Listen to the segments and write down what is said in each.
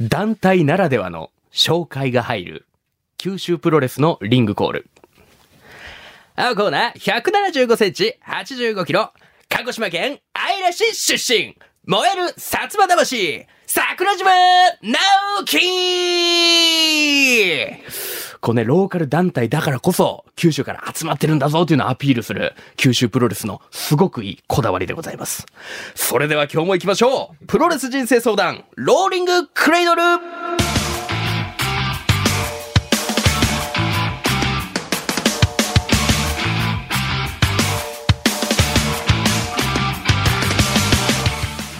団体ならではの紹介が入る、九州プロレスのリングコール。青コーナー、175センチ、85キロ、鹿児島県愛ら市出身、燃える薩摩魂、桜島直樹こうね、ローカル団体だからこそ、九州から集まってるんだぞというのをアピールする、九州プロレスのすごくいいこだわりでございます。それでは今日も行きましょうプロレス人生相談、ローリングクレイドル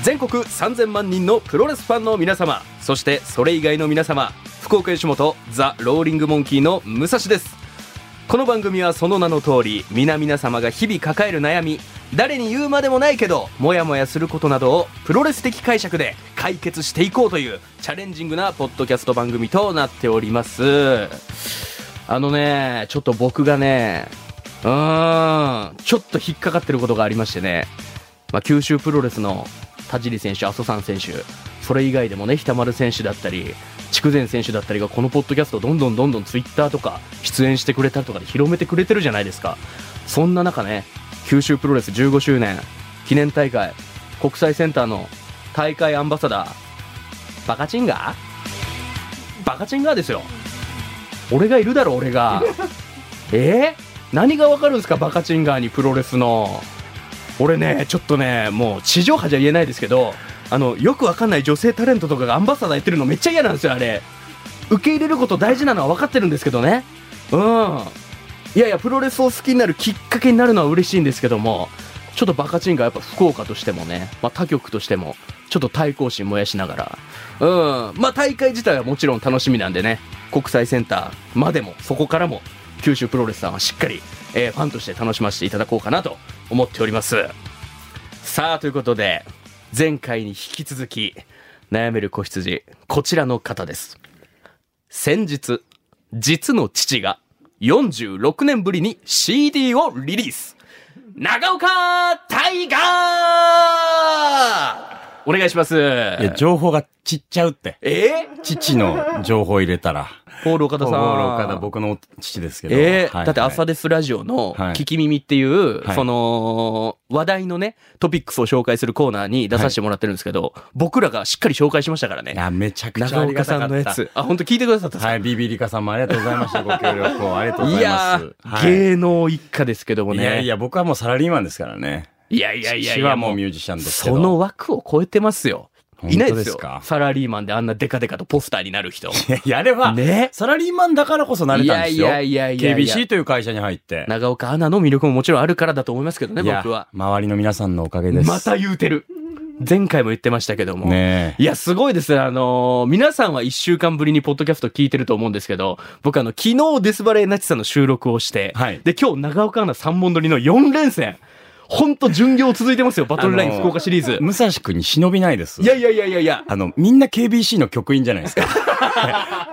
全国3000万人のプロレスファンの皆様そしてそれ以外の皆様福岡吉本ザ・ローリングモンキーの武蔵ですこの番組はその名の通り皆々様が日々抱える悩み誰に言うまでもないけどモヤモヤすることなどをプロレス的解釈で解決していこうというチャレンジングなポッドキャスト番組となっておりますあのねちょっと僕がねうーんちょっと引っかかってることがありましてねまあ、九州プロレスの田尻選手、阿蘇山選手、それ以外でもね、日田丸選手だったり、筑前選手だったりが、このポッドキャスト、どんどんどんどんツイッターとか、出演してくれたりとかで広めてくれてるじゃないですか。そんな中ね、九州プロレス15周年記念大会、国際センターの大会アンバサダー、バカチンガーバカチンガーですよ。俺がいるだろ、俺が。えー何がわかるんですか、バカチンガーにプロレスの。俺ねちょっとねもう地上波じゃ言えないですけどあのよくわかんない女性タレントとかがアンバサダーやってるのめっちゃ嫌なんですよあれ受け入れること大事なのは分かってるんですけどねうんいやいやプロレスを好きになるきっかけになるのは嬉しいんですけどもちょっとバカチンがやっぱ福岡としてもね、まあ、他局としてもちょっと対抗心燃やしながらうんまあ大会自体はもちろん楽しみなんでね国際センターまでもそこからも九州プロレスさんはしっかり、えーファンとして楽しませていただこうかなと思っておりますさあということで前回に引き続き悩める子羊こちらの方です先日実の父が46年ぶりに CD をリリース長岡大河お願いしますいや、情報が散っちゃうって。え父の情報入れたら。ポール岡田僕さんの岡田、僕の父ですけど。ええはいだって朝はいですラジオのはい聞き耳っていう、はいその、話題のね、トピックスを紹介するコーナーに出させてもらってるんですけど、僕らがしっかり紹介しましたからいね。や、めちゃくちゃ長あり岡がたさかんのっやた。つ。あ、本当聞いてくださったんですかはい、ビビリカさんもありがとうございました。ご協力をありがとうございます。やー、はい芸能一家ですけどもね。いやいや、僕はもうサラリーマンですからね。いやいやいやい父やはもうミュージシャンですけど。その枠を超えてますよ。いない本で当ですすよか。サラリーマンであんなデカデカとポスターになる人。いや いや、あれは、ねサラリーマンだからこそなれたんですよ。いやいやいやいやいや KBC という会社に入って。長岡アナの魅力ももちろんあるからだと思いますけどね、いや僕は。周りの皆さんのおかげです。また言うてる。前回も言ってましたけども。ねえ。いや、すごいですね。あのー皆さんは一週間ぶりにポッドキャスト聞いてると思うんですけど、僕あの、昨日デスバレーナチさんの収録をして、はいで、今日長岡アナ3本撮りの4連戦。ほんと巡業続いてますよ、バトルラインあのー福岡シリーズ。武蔵君に忍びないです。いやいやいやいやいや。あの、みんな KBC の局員じゃな いですか。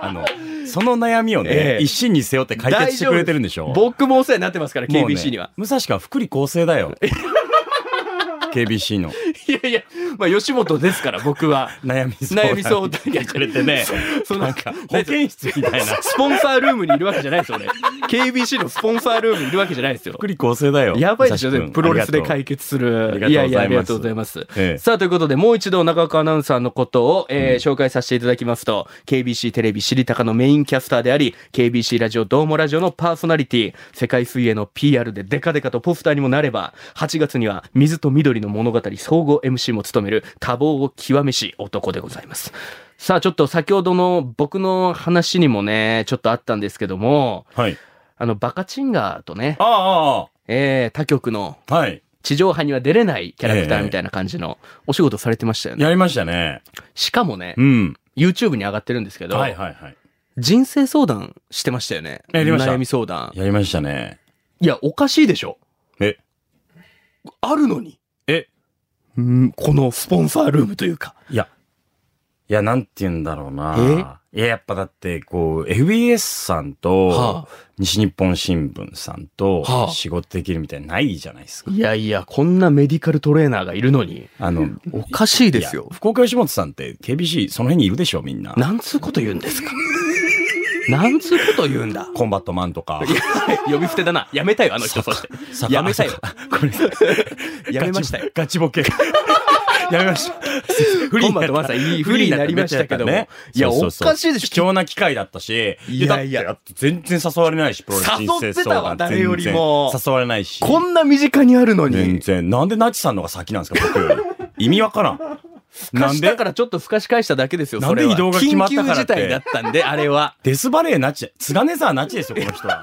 あの、その悩みをね、ええ一身に背負って解決してくれてるんでしょ大丈夫す僕もお世話になってますから、もうね KBC には。武蔵か福利厚生 だよ。KBC のいやいや、まあ、吉本ですから、僕 は。悩み相談。悩み相談にくれてね。 そのなんか、保健室み たいな。スポンサールームにいるわけじゃないですよ、俺。KBC のスポンサールームにいるわけじゃないですよ。福利厚生だよ。やばいですよ武ね。蔵君プロレスであり解がと決する。ありがとうございますやいや、ありがとうございます。ええさあ、ということで、もう一度中岡アナウンサーのことを、えー紹介させていただきますと、KBC テレビ知りたかのメインキャスターであり、KBC ラジオどうもラジオのパーソナリティ、世界水泳の PR でデカデカとポスターにもなれば、8月には水と緑の物語総合 MC も務める多忙を極めし男でございます。さあ、ちょっと先ほどの僕の話にもね、ちょっとあったんですけども、うはい。あの、バカチンガーとね、あああえー、他局のあ、はい。地上波には出れないキャラクタえーえみたいな感じのお仕事されてましたよね。やりましたね。しかもねう、ん。 YouTube に上がってるんですけど、はいはいはい。人生相談してましたよね。やりました悩み相談。やりましたね。いや、おかしいでしょ。え、あるのに。え、うん、このスポンサールームというか。いや、いや、なんて言うんだろうな。いや、やっぱだって、こう、FBS さんと、は西日本新聞さんと、はあ仕事できるみたいなのないじゃないですか。いやいや、こんなメディカルトレーナーがいるのに、あの、おかしい ですいよや。福岡吉本さんって KBC その辺にいるでしょ、みんな。なんつうこと言うん ですかなんつうこと言うんだ。コンバットマンと か。呼び捨てだな。やめたよ、あの人、そして。坂やめたよ。これ、 やめましたよ。ガチボケ。 やめ ました。フコンバットマンさんいいフリーになりましたけどもいいやや、おかしいでしょ貴重な機会だったし。いやいやだって全然誘われないし、プロレス人生誘ってたわ相談誰よりも全然誘われないし。こんな身近にあるの全に。然。なんでナチさんのが先なんですか、僕より。意味わからん。な貸んしだでからちょっとふかし返しただけですよ、なんそでれは。移動が決まったからって緊急事態だったんで、あれは。デスバレーナチ、津金沢ナチですよ、この人は。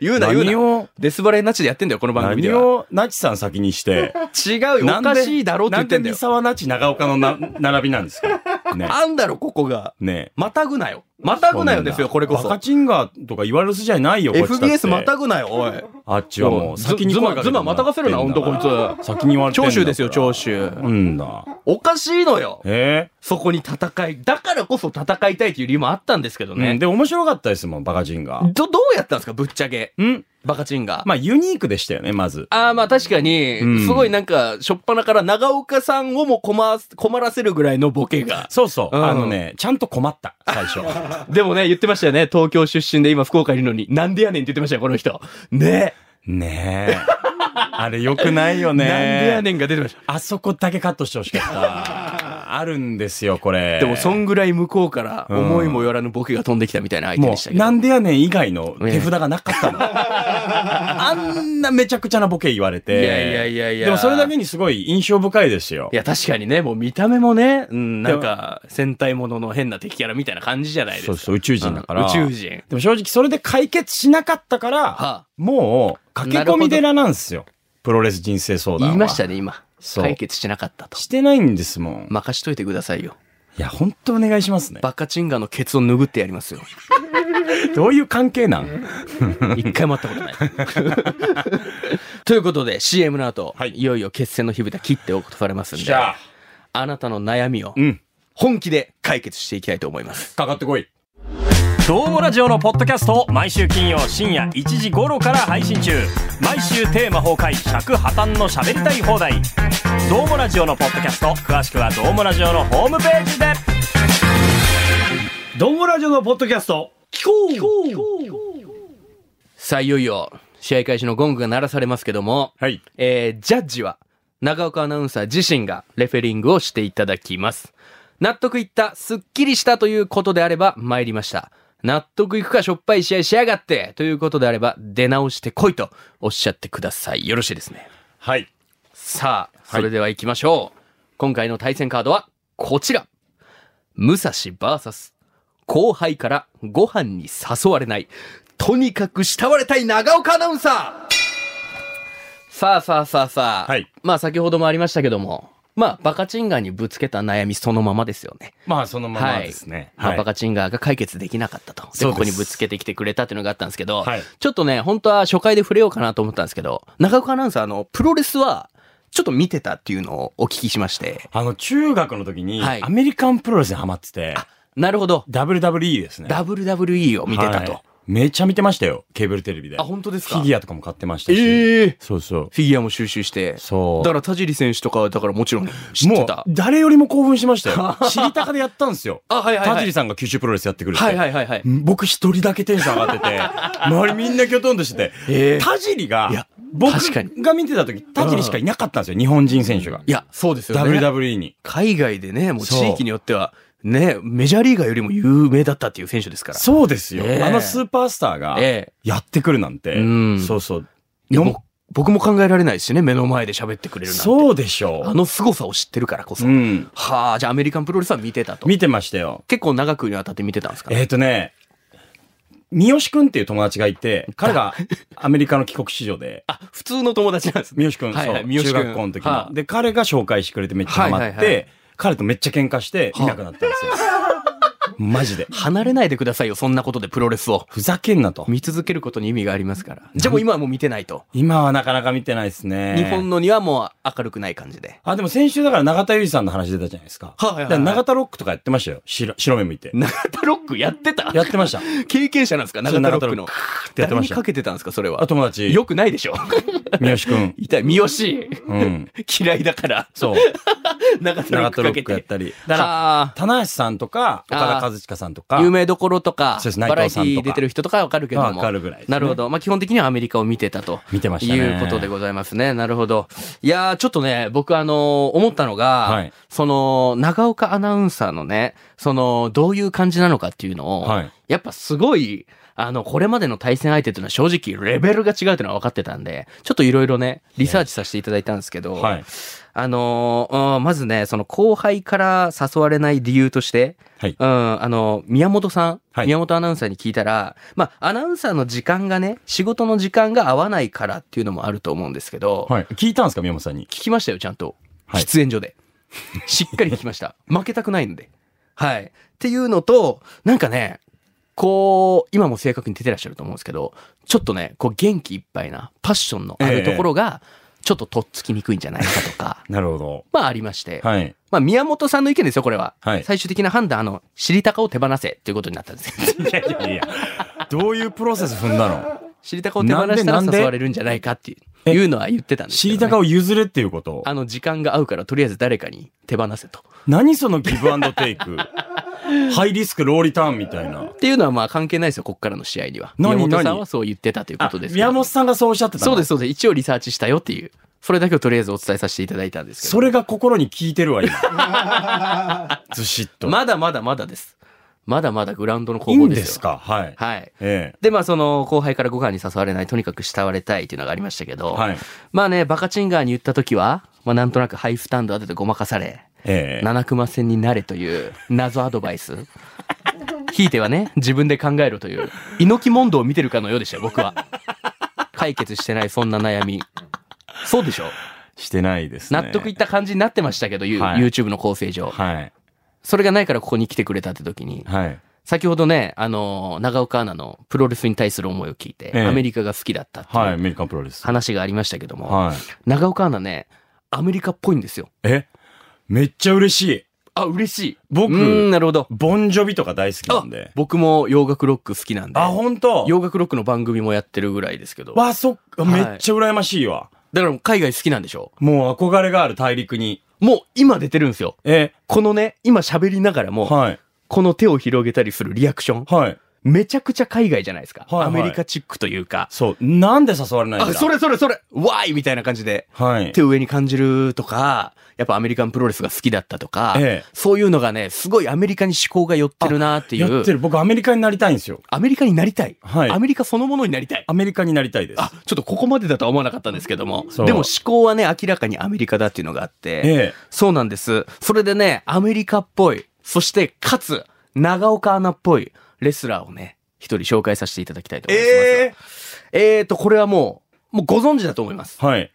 言うな、言う何な。を、デスバレーなしでやってんだよ、この番組何では。をナチさん先にして。違うよ、おかしいだろって言ってんだなんでよ三。沢那智長岡のな並びなんですかね。あんだろ、ここが。ねまたぐなよ。またぐなよですよ、これこそバカ。チンガーとか言われる筋じゃないよ、こっちだって FBS またぐなよ、おい。あっちはもう先にズ声マかけてズマまたがせるな、ほんとこいつ。先に言われてんだ長州ですよ、長州。うんだ。おかしいのよ。えそこに戦い、だからこそ戦いたいという理由もあったんですけどえうんね。で、面白かったですもん、バカチンガー。ど、どうやったんですか、ぶっちゃけ。うん。バカチンが。まあ、ユニークでしたよね、まず。ああ、まあ確かにう、すんごいなんか、しょっぱなから長岡さんをも困ら困らせるぐらいのボケが。そうそう。うんあのね、ちゃんと困った、最初。 でもね、言ってましたよね。東京出身で今福岡いるのに、なんでやねんって言ってましたよ、この人。ねねえ。あれ、良くないよえ。ね。なんでやねんが出てました。あそこだけカットしてほしかった。あるんですよ、これ。でも、そんぐらい向こうから、うん思いもよらぬボケが飛んできたみたいな相手もでしたう、けど。なんでやねん以外の手札がな かったの。あんなめちゃくちゃなボケ言われて。いやいやいやいやでもそれだけにすごい印象深いですよい。や、確かにね、もう見た目もね、うん、なんか、戦隊ものの変な敵キャラみたいな感じじゃないですそか。うそう、宇宙人だから。うん宇宙人。でも正直それで解決しなかったから、あもう、駆け込み寺なんですよ。プロレス人生相談は。言いましたね、今。そう解決しなかったと。してないんですもん。任しといてくださいよ。いや、本当お願いしますね。バカチンガのケツを拭ってやりますよ。どういう関係なん一回も会った ことない。ということで CM の後、、はいいよいよ決戦の火蓋切っておくとされますんで、あなたの悩みをうん。本気で解決していきたいと思います。かかってこい。どうもラジオのポッドキャストを毎週金曜深夜1時頃から配信中毎週テーマ崩壊尺破綻の喋りたい放題どうもラジオのポッドキャスト詳しくはどうもラジオのホームページでどんもラジオのポッドキャスト。聞こう聞こうさあ、いよいよ試合開始のゴングが鳴らされますけども、はい。えージャッジは長岡アナウンサー自身がレフェリングをしていただきます。納得いった、すっきりしたということであれば参りました。納得いくかしょっぱい試合しやがってということであれば出直してこいとおっしゃってください。よろしいですね。はい。さあ、それでは行きましょう。今回の対戦カードはこちら。武蔵 VS 後輩からご飯に誘われない。とにかく慕われたい長岡アナウンサーさあさあさあさあ。はいまあ先ほどもありましたけども、まあバカチンガーにぶつけた悩みそのままですよね。まあ、そのままですね。まあ、バカチンガーが解決できなかったと。で、そうですここにぶつけてきてくれたっていうのがあったんですけど、はいちょっとね、本当は初回で触れようかなと思ったんですけど、長岡アナウンサー、あの、プロレスは、ちょっと見てたっていうのをお聞きしまして。あの、中学の時に、はいアメリカンプロレスにハマってて、なるほど。 WWE ですね。 WWE を見てたと。はいめちゃ見てましたよ、ケーブルテレビで。あ本当ですかフィギュアとかも買ってましたし。ええそうそう。フィギュアも収集して。そうだから田尻選手とかは、だからもちろん知ってもうた、。誰よりも興奮しまし たよ。知りたかでやったんですよ。あはいはいはい田尻さんが九州プロレスやってくれて。はいはいはいはい。僕一人だけテンション上がっ てて、周りみんなきょとんとしてて、ええ田尻いがや、僕確かにが見てた時、田尻しかいなかったんですよ、日本人選手が。いや、そうですよね。 WWE に。海外でね、もう地そう域によっては、ね、メジャーリーガーよりも有名だったっていう選手ですから。そうですよ、ええあのスーパースターがええやってくるなんて。うんそうそう。いやよんもう僕も考えられないですしね、目の前で喋ってくれるなんて。そうでしょあの凄さを知ってるからこう。そ。うん。はあ、じゃあアメリカンプロレスは見てたと。見てましたよ。結構長くにわたって見てたんですかえっ、とね、三好くんっていう友達がいて、彼が アメリカの帰国子女で、あ、普通の友達なんですね。三好くん、はいはいそう、三好くん中学校の時はあの。で、彼が紹介してくれてめっちゃハマって、はいはいはい彼とめっちゃ喧嘩して、いなくなったんですよ。マジで。離れないでくださいよ、そんなことでプロレスを。ふざけんなと。見続けることに意味がありますから。じゃあもう今はもう見てないと。今はなかなか見てないですね。日本のにはもう明るくない感じで。あ、でも先週だから永田裕二さんの話出たじゃないですか。はいはいはいだから永田ロックとかやってましたよ。白白目向いて。 長田ロックやってたやってました。経験者なんですか長田ロックのそう長田ロッ。てやってました誰にかけてたんですかそれはあ、。友達。よくないでしょ三好くん。 痛い。三好。うん。嫌いだから。そう。長田ロッ長ク田かロッけ。クやってたり。だかあら、棚橋さんとか、岡あ田ー和親さんとか。有名どころとか、そうですバ内ラエテ藤さんとかィー出てる人とかわかるけども。わかるぐらいですねなるほど。まあ、基本的にはアメリカを見てたと。見てましたねいうことでございますね。なるほど。いやー、ちょっとね、僕あのー思ったのが、はいその、長岡アナウンサーのね、その、どういう感じなのかっていうのを、はいやっぱすごい、あの、これまでの対戦相手っていうのは正直レベルが違うっていうのは分かってたんで、ちょっといろいろね、リサーチさせていただいたんですけど、はい。あのーうんまずね、その後輩から誘われない理由として、はいうん、あの、宮本さん、はい宮本アナウンサーに聞いたら、まあ、アナウンサーの時間がね、仕事の時間が合わないからっていうのもあると思うんですけど、はい。聞いたんですか、宮本さんに。聞きましたよ、ちゃんと。はい喫煙所で。しっかり聞きま した。負けたくないので。はい。っていうのと、なんかね、こう、今も正確に出てらっしゃると思うんですけど、ちょっとね、こう元気いっぱいなパッションのあるところが、ちょっととっつきにくいんじゃないかと か、なるほど。まあありまして、はい。まあ、宮本さんの意見ですよ、これは。はい最終的な判断、あの、知りたかを手放せということになったん です。いやいやいや。どういうプロセス踏んだの知りたかを手放したなんでなんらで誘われるんじゃないかっていういうのは言ってたんです知けど、りね。たかを譲れっていうこと。あの、時間が合うから、とりあえず誰かに手放せと。っ何そのギブアンドテイ ク。ハイリスク、ローリターンみたいな。ていうのはまあ関係ないですよ、こっからの試合には。宮何本さん何はそう言ってたというこあとですけど。宮本さんがそうおっしゃってたのそうです、そうです。一応リサーチしたよっていう。それだけをとりあえずお伝えさせていただいたんですけど。それが心に効いてるわ、今。 ずしっと。まだまだまだです。まだまだグラウンドのい攻い防んですよ。ですかはい。はい。えで、まあ、その、後輩からご飯に誘われない、とにかく慕われたいっていうのがありましたけど、はいまあね、バカチンガーに言った時は、まあ、なんとなくハイスタンド当ててごまかされ、え。ええ。七熊戦になれという謎アドバイス。ひいてはね、自分で考えろという、猪木問答を見てるかのようでしたよ、僕は。解決してない、そんな悩み。そうでしょしてないですね。納得いった感じになってましたけど、ゆはい YouTube の構成上。はい。それがないからここに来てくれたって時に、はい。先ほどね、あの、長岡アナのプロレスに対する思いを聞いて、ええアメリカが好きだったってはい。いアうメリカンプロレス。話がありましたけども、はい。長岡アナね、アメリカっぽいんですよ。えめっちゃ嬉しい。あ、嬉しい。僕うーん、なるほど。ボンジョビとか大好きなんで。僕も洋楽ロック好きなんで。あ、ほんと洋楽ロックの番組もやってるぐらいですけど。だかわ、そっか、はいめっちゃ羨ましいわ。らもう海外好きなんでしょもう憧れがある大陸に。もう今出てるんですよ。え、このね、今喋りながらも、はい。この手を広げたりするリアクション、はい。めちゃくちゃ海外じゃないですか。はいはいアメリカチックというか。そう。なんで誘われないんだあ、それそれそれわーいみたいな感じで。はい手。を上に感じるとか、やっぱアメリカンプロレスが好きだったとか、ええそういうのがね、すごいアメリカに思考が寄ってるなっていやうって。る。僕アメリカになりたいんですよ。アメリカになりたい,、はいアメリカそのものになりたい。アメリカになりたいです。あ、ちょっとここまでだとは思わなかったんですけども。でそうも思考はね、明らかにアメリカだっていうのがあって。ええそうなんです。それでね、アメリカっぽい、そしてかつ、長岡アナっぽいレスラーをね、一人紹介させていただきたいと思います。ええーと、これはもう、もうご存知だと思います。はい。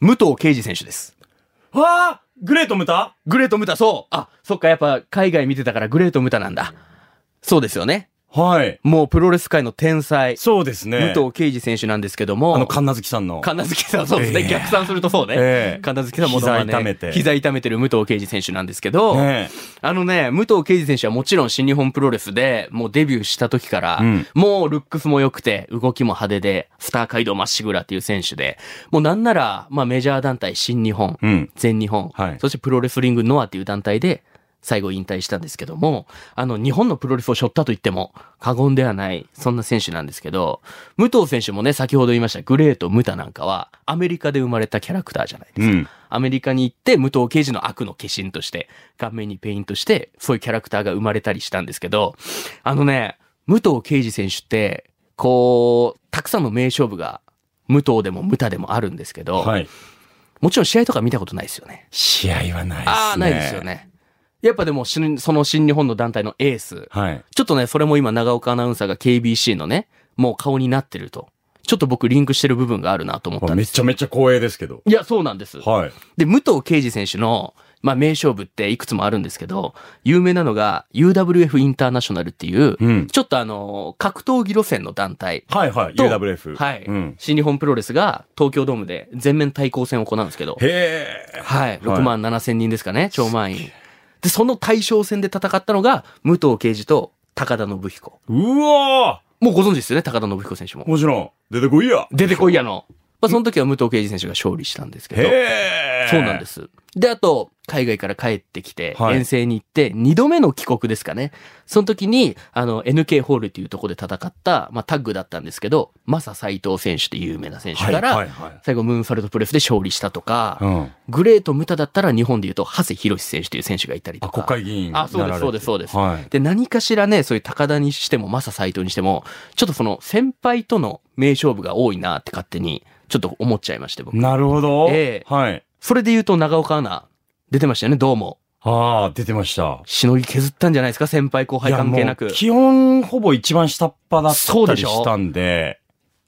武藤敬司選手です。わあグレートムタグレートムタ、そうあ、そっか、やっぱ海外見てたからグレートムタなんだ。そうですよね。はい。もうプロレス界の天才、そうですね。武藤敬司選手なんですけども。あの、神奈月さんの。神奈月さん、そうですね。ええ逆算するとそうね。ええ神奈月さんも膝痛めて膝痛めてる武藤敬司選手なんですけど、ねあのね、武藤敬司選手はもちろん新日本プロレスで、もうデビューした時から、うんもうルックスも良くて、動きも派手で、スター街道まっしぐらっていう選手で、もうなんなら、まあメジャー団体新日本、うん全日本、はいそしてプロレスリングノアっていう団体で、最後引退したんですけども、あの、日本のプロレスを背負ったと言っても過言ではない、そんな選手なんですけど、武藤選手もね、先ほど言いましたグレート・ムタなんかは、アメリカで生まれたキャラクターじゃないですか。うんアメリカに行って、武藤刑事の悪の化身として、顔面にペイントして、そういうキャラクターが生まれたりしたんですけど、あのね、武藤刑事選手って、こう、たくさんの名勝負が、武藤でもムタでもあるんですけど、はい。もちろん試合とか見たことないですよね。試合はないですね。ああ、ないですよ。ね。やっぱでも、新その新日本の団体のエース。はい。ちょっとね、それも今、長岡アナウンサーが KBC のね、もう顔になってると。ちょっと僕、リンクしてる部分があるなと思ったんめです。ちゃめちゃ光栄ですけど。いや、そうなんです。はい。で、武藤敬司選手のまあ名勝負っていくつもあるんですけど、有名なのが UWF インターナショナルっていう、うんちょっとあの、格闘技路線の団体。はいはい、と UWF。はい、うん。新日本プロレスが東京ドームで全面対抗戦を行うんですけど、へえ。はい、6万7千人ですかね、超満員。で、その対象戦で戦ったのが、武藤敬司と高田信彦。うわもうご存知ですよね、高田信彦選手もー。もちろん、出てこいや。出てこいやの。まあ、その時は武藤敬司選手が勝利したんですけど、へえ。。そうなんですす。で、あと、海外から帰ってきて、はい遠征に行って、2度目の帰国ですかね。その時に、あの、NK ホールっていうところで戦った、まあ、タッグだったんですけど、マサ斎藤選手っていう有名な選手はいかはらい、はい。最後、ムーンファルトプレスで勝利したとか、うん。グレート・ムタだったら日本で言うと、長谷博選手という選手がいたりとあ、か。国会議員。あそうですそうですそうですはい。で、何かしらね、そういう高田にしても、マサ斎藤にしても、ちょっとその先輩との名勝負が多いなって勝手に、ちょっと思っちゃいまして、僕。なるほど。ええはい。それで言うと、長岡アナ、出てましたよね、どうも。ああ、出てました。しのぎ削ったんじゃないですか、先輩後輩関係なやくもう。基本、ほぼ一番下っ端だったりしたんで。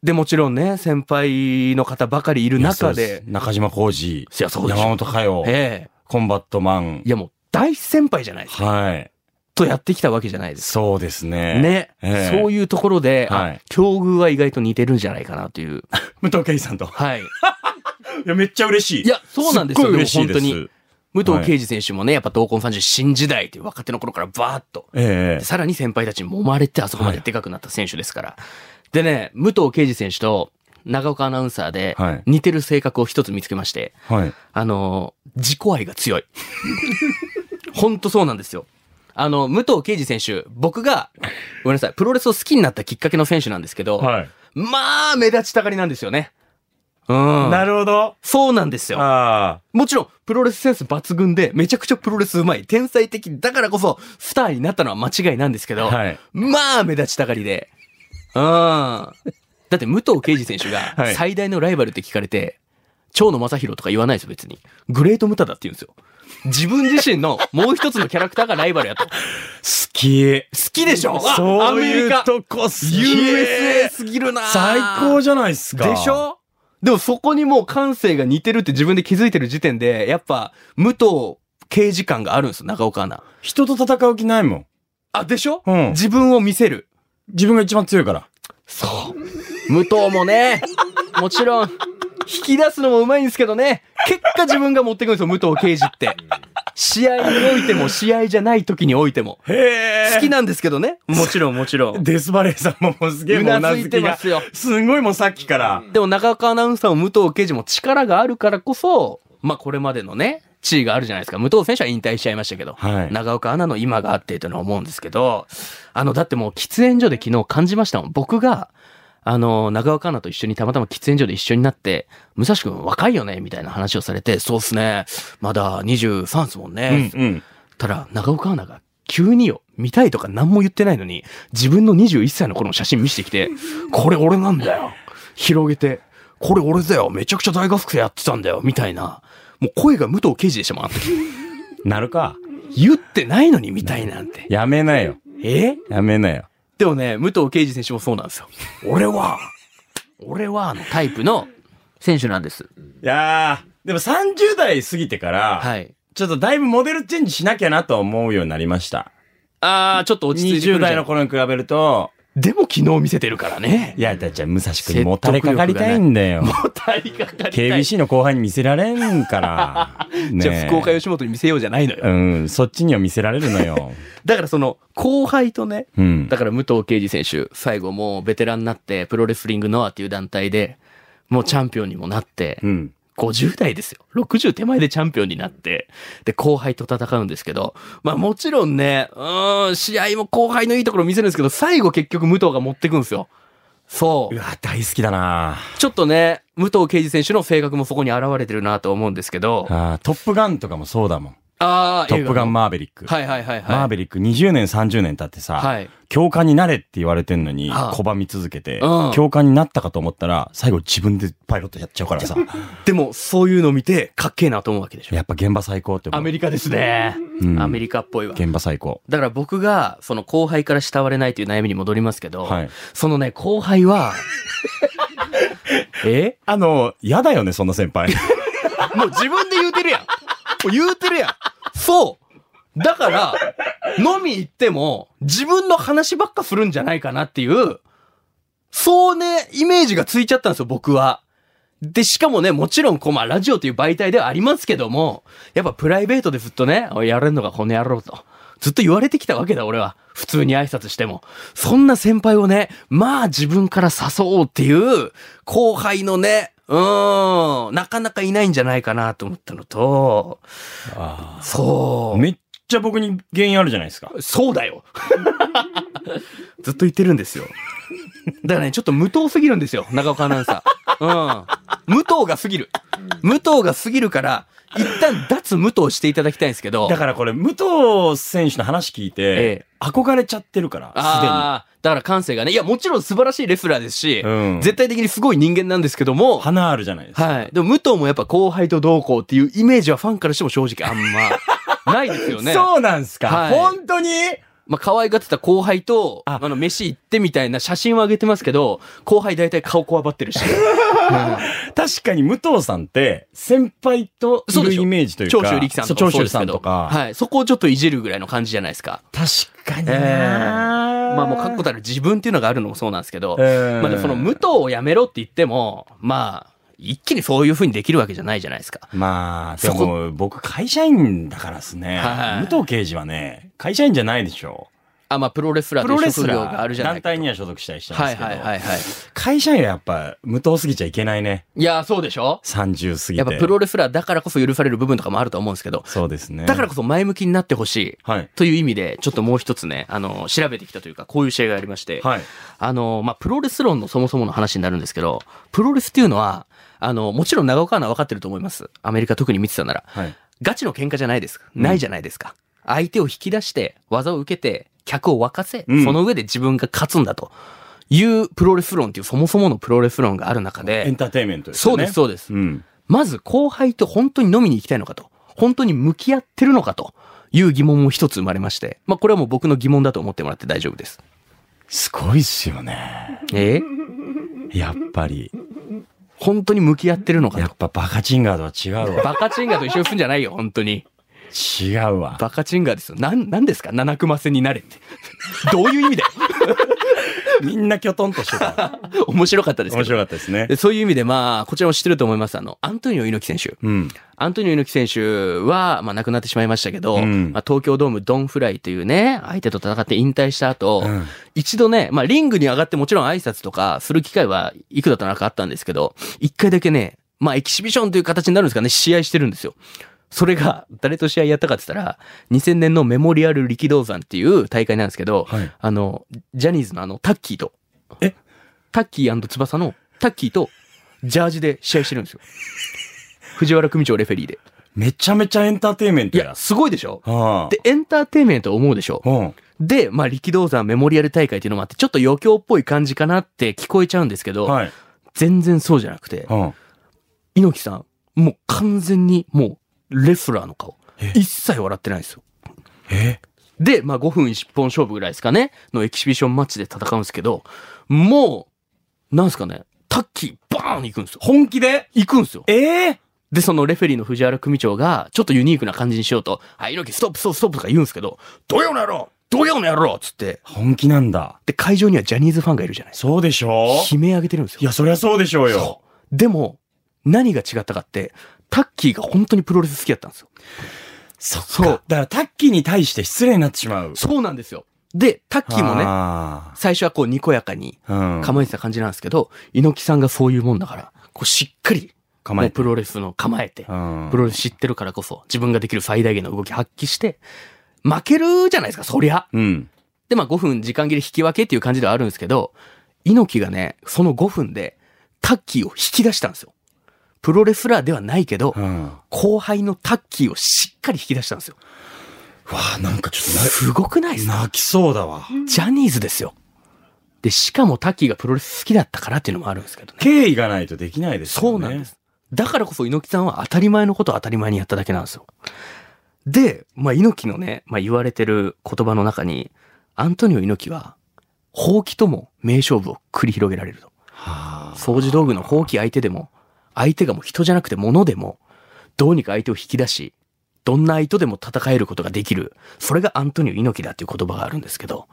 で、もちろんね、先輩の方ばかりいるいやそう中すで、中島浩二。いやそうでしょ山本佳代。ええコンバットマンい。や、もう大先輩じゃないですか。はい。とやってきたわけじゃないですかそうですね。ね、ええそういうところで、あはい境遇は意外と似てるんじゃないかなという。武藤圭司さんと。はい。いや、めっちゃ嬉しい。いや、そうなんですよ。っごい嬉しいでもです。本当に。武藤敬司選手もね、やっぱ同梱30新時代という若手の頃からバーッと、ええさらに先輩たちに揉まれてあそこまででかくなった選手ですから。でね、武藤敬司選手と長岡アナウンサーではい、似てる性格を一つ見つけまして、はい。あのー、自己愛が 強い。ほんとそうなんですよ。あの、武藤敬司選手、僕が、ごめんなさい、プロレスを好きになったきっかけの選手なんですけど、はい。まあ、目立ちたがりなんですよね。うん。なるほど。そうなんですよ。あもちろん、プロレスセンス抜群で、めちゃくちゃプロレス上手い、天才的だからこそ、スターになったのは間違いなんですけあ。ど、はい。まあ、目立ちたがりで。うん。だって、武藤敬司選手 はが、い最大のライバルって聞かれて、蝶野正宏とか言わないですよ、別に。グレートムタだって言うんですよ。自分自身のもう一つのキャラクターがライバルやと。好好き。きでしょあアそうメいリうカとこ好き。 USA すぎるな最高じゃないですか。でしょでもそこにもう感性が似てるって自分で気づいてる時点で、やっぱ、武藤刑事感があるんですよ、長岡アナ。人と戦う気ないもん。あ、でしょ、うん自分を見せる。自分が一番強いから。そう。武藤も ね、もちろん、引き出すのもうまいんですけどね、結果自分が持ってくるんですよ、武藤刑事って。試合においても、試合じゃない時においても。へえ。好きなんですけどね。もちろん、もちろん。デスバレーさんももうすげえうもうなうなずずいてきまが。すよ。すごいもうさっきから。でも長岡アナウンサーも武藤刑事も力があるからこそ、まあこれまでのね、地位があるじゃないですか。武藤選手は引退しちゃいましたけど、はい長岡アナの今があってというのは思うんですけど、あの、だってもう喫煙所で昨日感じましたもん。僕が、あの、長岡アナと一緒にたまたま喫煙所で一緒になって、武蔵君若いよねみたいな話をされて、そうっすね。まだ23っすもんね。うんうん。たら、長岡アナが急によ、見たいとか何も言ってないのに、自分の21歳の頃の写真見せてきて、これ俺なんだよ。広げて、これ俺だよ。めちゃくちゃ大学生やってたんだよ。みたいな。もう声が武藤刑事でしたもん、あの時。なるか。言ってないのにみたいなんて。やめなよ。えやめなよ。でもね、武藤刑事選手もそうなんですよ。俺は、俺はのタイプの選手なんです。いやー、でも30代過ぎてから、はい。ちょっとだいぶモデルチェンジしなきゃなとは思うようになりました。あー、ちょっと落ち着いてく20るじゃん代の頃に比べると、でも昨日見せてるからね。いや、だっちゃん、武蔵君にもたれかかりたいんだよ。大かかりたい KBC の後輩に見せられんから。ね えじゃあ福岡吉本に見せようじゃないのよ。うん、そっちには見せられるのよ。だからその後輩とね、 うん。だから武藤敬司選手、最後もうベテランになって、プロレスリングノアっていう団体で、もうチャンピオンにもなって、うん。 50代ですよ。60手前でチャンピオンになって、で、後輩と戦うんですけど、まあもちろんね、うーん、試合も後輩のいいところ見せるんですけど、最後結局武藤が持ってくんですよ。そうう。わ、大好きだなちょっとね、武藤敬司選手の性格もそこに現れてるなと思うんですけど、あートップガンとかもそうだもん。あートップガンマーベリック。はいはいはいはい。マーベリック20年30年経ってさ、はい教官になれって言われてんのにああ拒み続けて、うん教官になったかと思ったら最後自分でパイロットやっちゃうからさでも、そういうの見て、かっけえなと思うわけでしょ。やっぱ現場最高って思アうメリカですね。うんアメリカっぽいわ。現場最高だから僕が、その後輩から慕われないという悩みに戻りますけど、はいそのね、後輩は、えあの嫌だよねそんな先輩 もう自分で言うてるやん。もう言うてるやん。そう。だから、飲み行っても、自分の話ばっかするんじゃないかなっていう、そうね、イメージがついちゃったんですよ、僕は。で、しかもね、もちろん、こう、まあ、ラジオという媒体ではありますけども、やっぱプライベートでずっとね、おいやれんのがこの野郎と。ずっと言われてきたわけだ、俺は。普通に挨拶しても。そんな先輩をね、まあ自分から誘おうっていう、後輩のね、うーん、なかなかいないんじゃないかなと思ったのと、そう。めっちゃ僕に原因あるじゃないですか。そうだよ。 ずっと言ってるんですよ。だからね、ちょっと無糖すぎるんですよ、長岡アナウンサー。うん。無糖が過ぎる。無糖が過ぎるから、一旦脱無糖していただきたいんですけど。だからこれ、武藤選手の話聞いてえ、憧れちゃってるから、すああ、だから感性がね、いや、もちろん素晴らしいレスラーですし、うん絶対的にすごい人間なんですけどでに。も、花あるじゃないですか。はい。でも、武藤もやっぱ後輩と同行っていうイメージはファンからしても正直あん ま、ないですよね。そうなんすか、はい本当にまあ、可愛がってた後輩と、ああの、飯行ってみたいな写真は上げてますけど、後輩大体顔こわばってる し。確かに武藤さんって、先輩とそうでいるしょイメージというか、長州力さんとそうか。長州さんとか、はい。そこをちょっといじるぐらいの感じじゃないですか。確かにな、ええまあもう確固たる自分っていうのがあるのもそうなんですけど、ええまあでもその武藤をやめろって言っても、まあ、一気にそういう風にできるわけじゃないじゃないですか。まあ、でそも僕会社員だからですね、はい武藤刑事はね、会社員じゃないでしょ。あ、まあプロレスラープといロレうス職業ラがあるじー、ゃない団かと体には所属したりしてまはすいけど、はいはいはい。会社員はやっぱ無党すぎちゃいけないね。いやー、そうでしょ30過ぎて。やっぱプロレスラーだからこそ許される部分とかもあると思うんですけど、そうですね。だからこそ前向きになってほしい。はい。という意味で、ちょっともう一つね、あの、調べてきたというか、こういう試合がありまして、はい。あの、まあ、プロレス論のそもそもの話になるんですけど、プロレスっていうのは、あの、もちろん長岡アナ分かってると思います。アメリカ特に見てたなら。はい。ガチの喧嘩じゃないです。ないじゃないですか。相手を引き出して、技を受けて、客を沸かせ、うんその上で自分が勝つんだというプロレス論っていうそもそものプロレス論がある中エで、ンターテインメントですそようでね。す、そうです。うん。まず後輩と本当に飲みに行きたいのかと、本当に向き合ってるのかという疑問も一つ生まれまして、まあこれはもう僕の疑問だと思ってもらって大丈夫です。すごいっすよね。えやっぱり。本当に向き合ってるのかやとっ。ぱバカチンガーとは違うわ。バカチンガと一緒にすんじゃないよ、本当に。違うわ。バカチンガですよ。なん、なんですか七熊戦になれって。どういう意味だよ。みんなキョトンとし てた。面白かったですけ面ど。白かったです ね。でそういう意味で、まあ、こちらも知ってると思います。あの、アントニオ猪木選手。うん。アントニオ猪木選手は、まあ、亡くなってしまいましたけど、うんまあ、東京ドームドンフライというね、相手と戦って引退した後、うん一度ね、まあ、リングに上がってもちろん挨拶とかする機会は幾度となくあったんですけど、一回だけね、まあ、エキシビションという形になるんですかね、試合してるんですよ。それが、誰と試合やったかって言ったら、2000年のメモリアル力道山っていう大会なんですけど、はいあの、ジャニーズのあの、タッキーと、えタッキー翼のタッキーと、ジャージで試合して るんですよ。藤原組長レフェリーで。めちゃめちゃエンターテインメンいトや、や。すごいでしょはあ。で、エンターテインメント思うでしょうん。で、まあ、力道山メモリアル大会っていうのもあって、ちょっと余興っぽい感じかなって聞こえちゃうんですけど、はい。全然そうじゃなくて、うん。猪木さん、もう完全にもう、レスラーの顔。一切笑ってないんですよ。えで、まあ、5分一本勝負ぐらいですかね、のエキシビションマッチで戦うんですけど、もう、なんすかね、タッキーバーン行くんですよ。本気で行くんですよ。ええで、そのレフェリーの藤原組長が、ちょっとユニークな感じにしようと、はい、猪木ストップ、ストップ、ストップとか言うんですけど、どうよの野郎どうよの野郎つって、本気なんだ。で、会場にはジャニーズファンがいるじゃないですそうでしょか。悲鳴上げてるんですいよ。や、そりゃそうでしょうよ。そう。でも、何が違ったかって、タッキーが本当にプロレス好きだったんですよ。そっかそうだからタッキーに対して失礼になってしまう。そうなんですよ。で、タッキーもね、あ最初はこう、にこやかにーうん。構えてた感じなんですけど、猪木さんがそういうもんだから、こう、しっかり、構もうえプて。ロレスの構えて、うんプロレス知ってるからこそ、自分ができる最大限の動き発揮して、負けるじゃないですか、そりゃ。うん。で、まあ5分時間切れ引き分けっていう感じではあるんですけど、猪木がね、その5分でタッキーを引き出したんですよ。プロレスラーではないけどう、ん。わ後輩のタッキーをしっかり引き出したんですよ。あなんかちょっすごくないでとすな、か泣きそうだわ。ジャニーズですよ。で、しかもタッキーがプロレス好きだったからっていうのもあるんですけどね。敬意がないとできないですそよね。うなんで。す。だからこそ猪木さんは当たり前のことを当たり前にやっただけなんですよ。で、まあ、猪木のね、まあ、言われてる言葉の中に、アントニオ猪木は、放棄とも名勝負を繰り広げられると。はあ。掃除道具の放棄相手でも、相手がもう人じゃなくて物でも、どうにか相手を引き出し、どんな相手でも戦えることができる。それがアントニオ猪木だっていう言葉があるんですけど、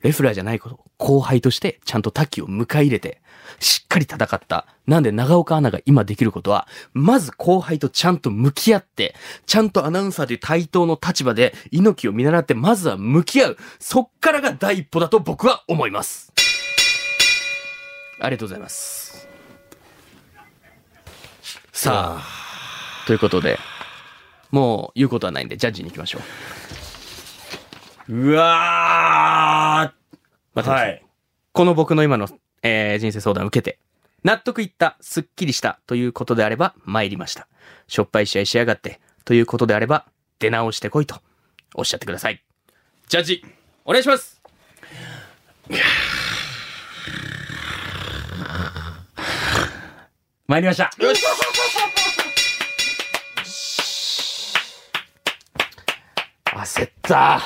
レフラーじゃないこと、後輩としてちゃんとタキを迎え入れて、しっかり戦った。なんで長岡アナが今できることは、まず後輩とちゃんと向き合って、ちゃんとアナウンサーという対等の立場で猪木を見習って、まずは向き合う。そっからが第一歩だと僕は思います。ありがとうございます。さあ、ということで、もう言うことはないんで、ジャッジに行きましょう。うわー待ってくださはいい。この僕の今の、えー人生相談を受けて、納得いった、すっきりしたということであれば、参りました。しょっぱい試合しやがって、ということであれば、出直してこいと、おっしゃってください。ジャッジ、お願いします参りました。焦った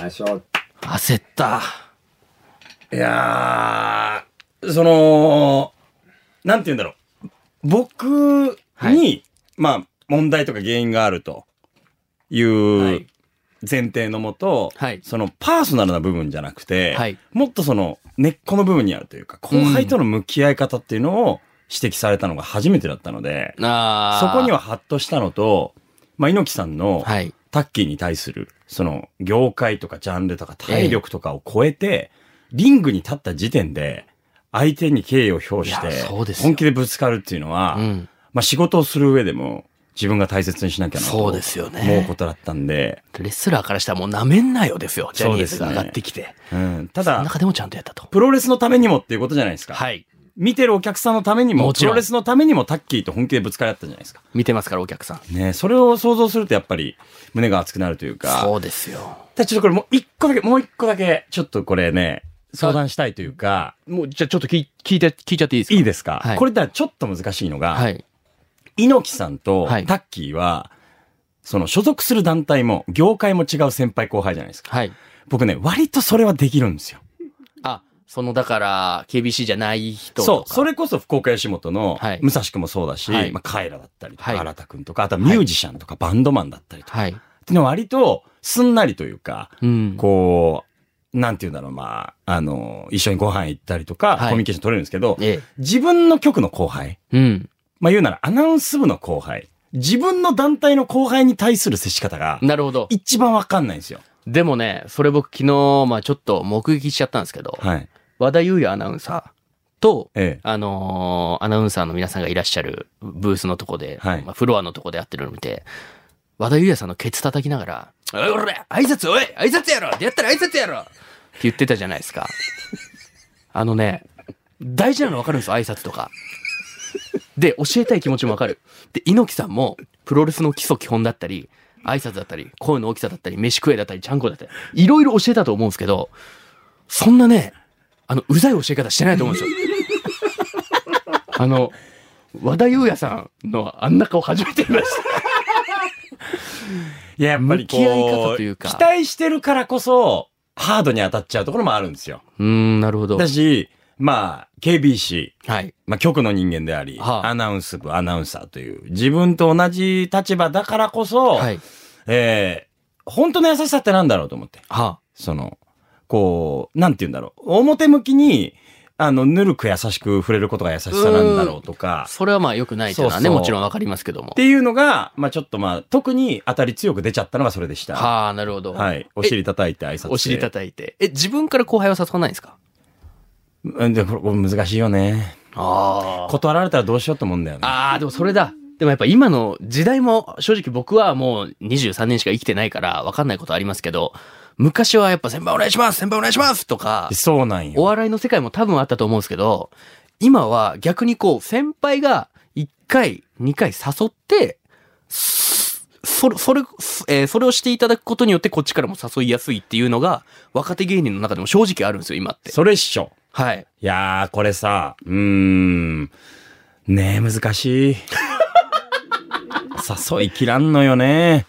ましょう。焦ったいやー、その、なんて言うんだろう。僕に、はいまあ、問題とか原因があるといはうい前提のもと、はいそのパーソナルな部分じゃなくて、はいもっとその根っこの部分にあるというか、後輩との向き合い方っていうのを指摘されたのが初めてだったので、あそこには、はハッとしたのと、まあ、猪木さんの、はい。タッキーに対する、その、業界とかジャンルとか体力とかを超えて、リングに立った時点で、相手に敬意を表しいやそうでて、すよ本気でぶつかるっていうのは、うん。まあ仕事をする上でも、自分が大切にしなきゃなとそう思ですよねうことだったんで、レスラーからしたらもう舐めんなよですよ。ジャニーズが上がってきて。うん、たそのだ、中でもちゃんとやったと。プロレスのためにもっていうことじゃないですか。はい。見てるお客さんのためにももちプろんロレスのためにもタッキーと本気でぶつかり合ったじゃないですか。見てますから、お客さん。ねそれを想像するとやっぱり胸が熱くなるというか、そうですよ。ただちょっとこれもう一個だけ、もう一個だけ、ちょっとこれね、相談したいというか、もう、じゃあちょっと聞い聞いて、聞いちゃっていいですかいいですか、はいこれだからちょっと難しいのが、はい。猪木さんとタはいッキーは、その所属する団体も、業界も違う先輩後輩じゃないですか。はい。僕ね、割とそれはできるんですよ。あ、そのだから、KBC じゃない人とそか。う。それこそ福岡吉本のはい、武蔵君もそうだし、はいまあ、カイラだったりとか、はい新田君とか、あとはミュージシャンとか、バンドマンだったりとか、はい。っていうのは割と、すんなりというか、うん。こう、なんて言うんだろう、まあ、あの、一緒にご飯行ったりとはか、いコミュニケーション取れるんですけど、え自分の局の後輩、え。うん。まあ言うならアナウンス部の後輩、自分の団体の後輩に対する接し方が、なるほど。一番わかんないんですよ。でもね、それ僕昨日、まあちょっと目撃しちゃったんですけど、はい。和田優也アナウンサーと、ええ。あのーアナウンサーの皆さんがいらっしゃるブースのとこで、はいまあ、フロアのとこでやってるのを見て、和田優也さんのケツ叩きながら、おい、俺、挨拶おい挨拶やろってやったら挨拶やろって言ってたじゃないですか。あのね、大事なの分かるんですよ、挨拶とか。で、教えたい気持ちも分かる。で、猪木さんも、プロレスの基礎基本だったり、挨拶だったり、声の大きさだったり、飯食えだったり、ちゃんこだったり、いろいろ教えたと思うんですけど、そんなね、あの、うざい教え方してないと思うんですよ。 あの、和田優也さんのあんな顔初めて見ました。いや、やっぱりこう、向き合い方というか期待してるからこそ、ハードに当たっちゃうところもあるんですよ。うーん、なるほどだし、まあ、KBC、はい。まあ、局の人間であり、はあアナウンス部、アナウンサーという、自分と同じ立場だからこそ、はい。えー本当の優しさってなんだろうと思って。はその、こう、なんて言うんだろう。表向きに、あの、ぬるく優しく触れることが優しさなんだろうとあ。か、それはまあ良くないというのはね、そうそうもちろんわかりますけどもっ。ていうのが、まあちょっとまあ特に当たり強く出ちゃったのがそれでした。ははあ、なるほど。い。お尻叩いて挨拶して。お尻叩いて。え、自分から後輩は誘わないんですかうんで、これこれ難しいよね。ああ。断られたらどうしようと思うんだよね。ああ、でもそれだ。でもやっぱ今の時代も正直僕はもう23年しか生きてないから分かんないことありますけど、昔はやっぱ先輩お願いします先輩お願いしますとか、そうなんおよ。笑いの世界も多分あったと思うんですけど、今は逆にこう、先輩が1回、2回誘って、そそれ、そえーそれをしていただくことによってこっちからも誘いやすいっていうのが、若手芸人の中でも正直あるんですよ、今って。それっしょ。はい。いやー、これさ、うーん。 ねえ、難しい。誘いきらんのよね。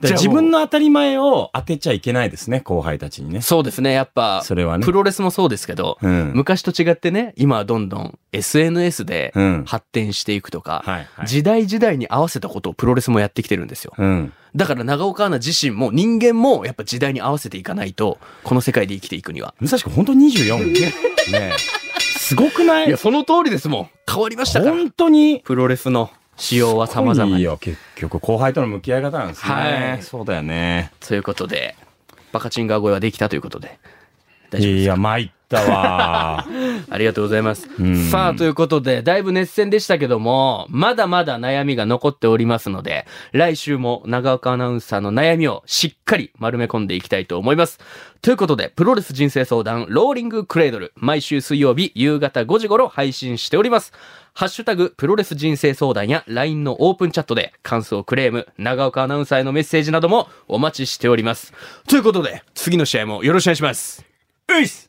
だじかゃあもらう自分の当たり前を当てちゃいけないですね、後輩たちにね。そうですね。やっぱ、それはねプロレスもそうですけど、うん昔と違ってね、今はどんどん SNS でうん発展していくとか、はいはい時代時代に合わせたことをプロレスもやってきてるんですよ。うん。だから長岡アナ自身も人間もやっぱ時代に合わせていかないと、この世界で生きていくには。武蔵君本当に 24? ねえ。すごくないいや、その通りですもん。変わりましたから。本当に。プロレスの仕様は様々いいに。よ、結局後輩との向き合い方なんですね。はいそうだよね。ということで、バカチンガー声はできたということで。大丈夫いや、参ったわ。ありがとうございますん。さあ、ということで、だいぶ熱戦でしたけども、まだまだ悩みが残っておりますので、来週も長岡アナウンサーの悩みをしっかり丸め込んでいきたいと思います。ということで、プロレス人生相談、ローリングクレードル、毎週水曜日夕方5時頃配信しております。ハッシュタグ、プロレス人生相談や LINE のオープンチャットで、感想、クレーム、長岡アナウンサーへのメッセージなどもお待ちしております。ということで、次の試合もよろしくお願いします。ういっす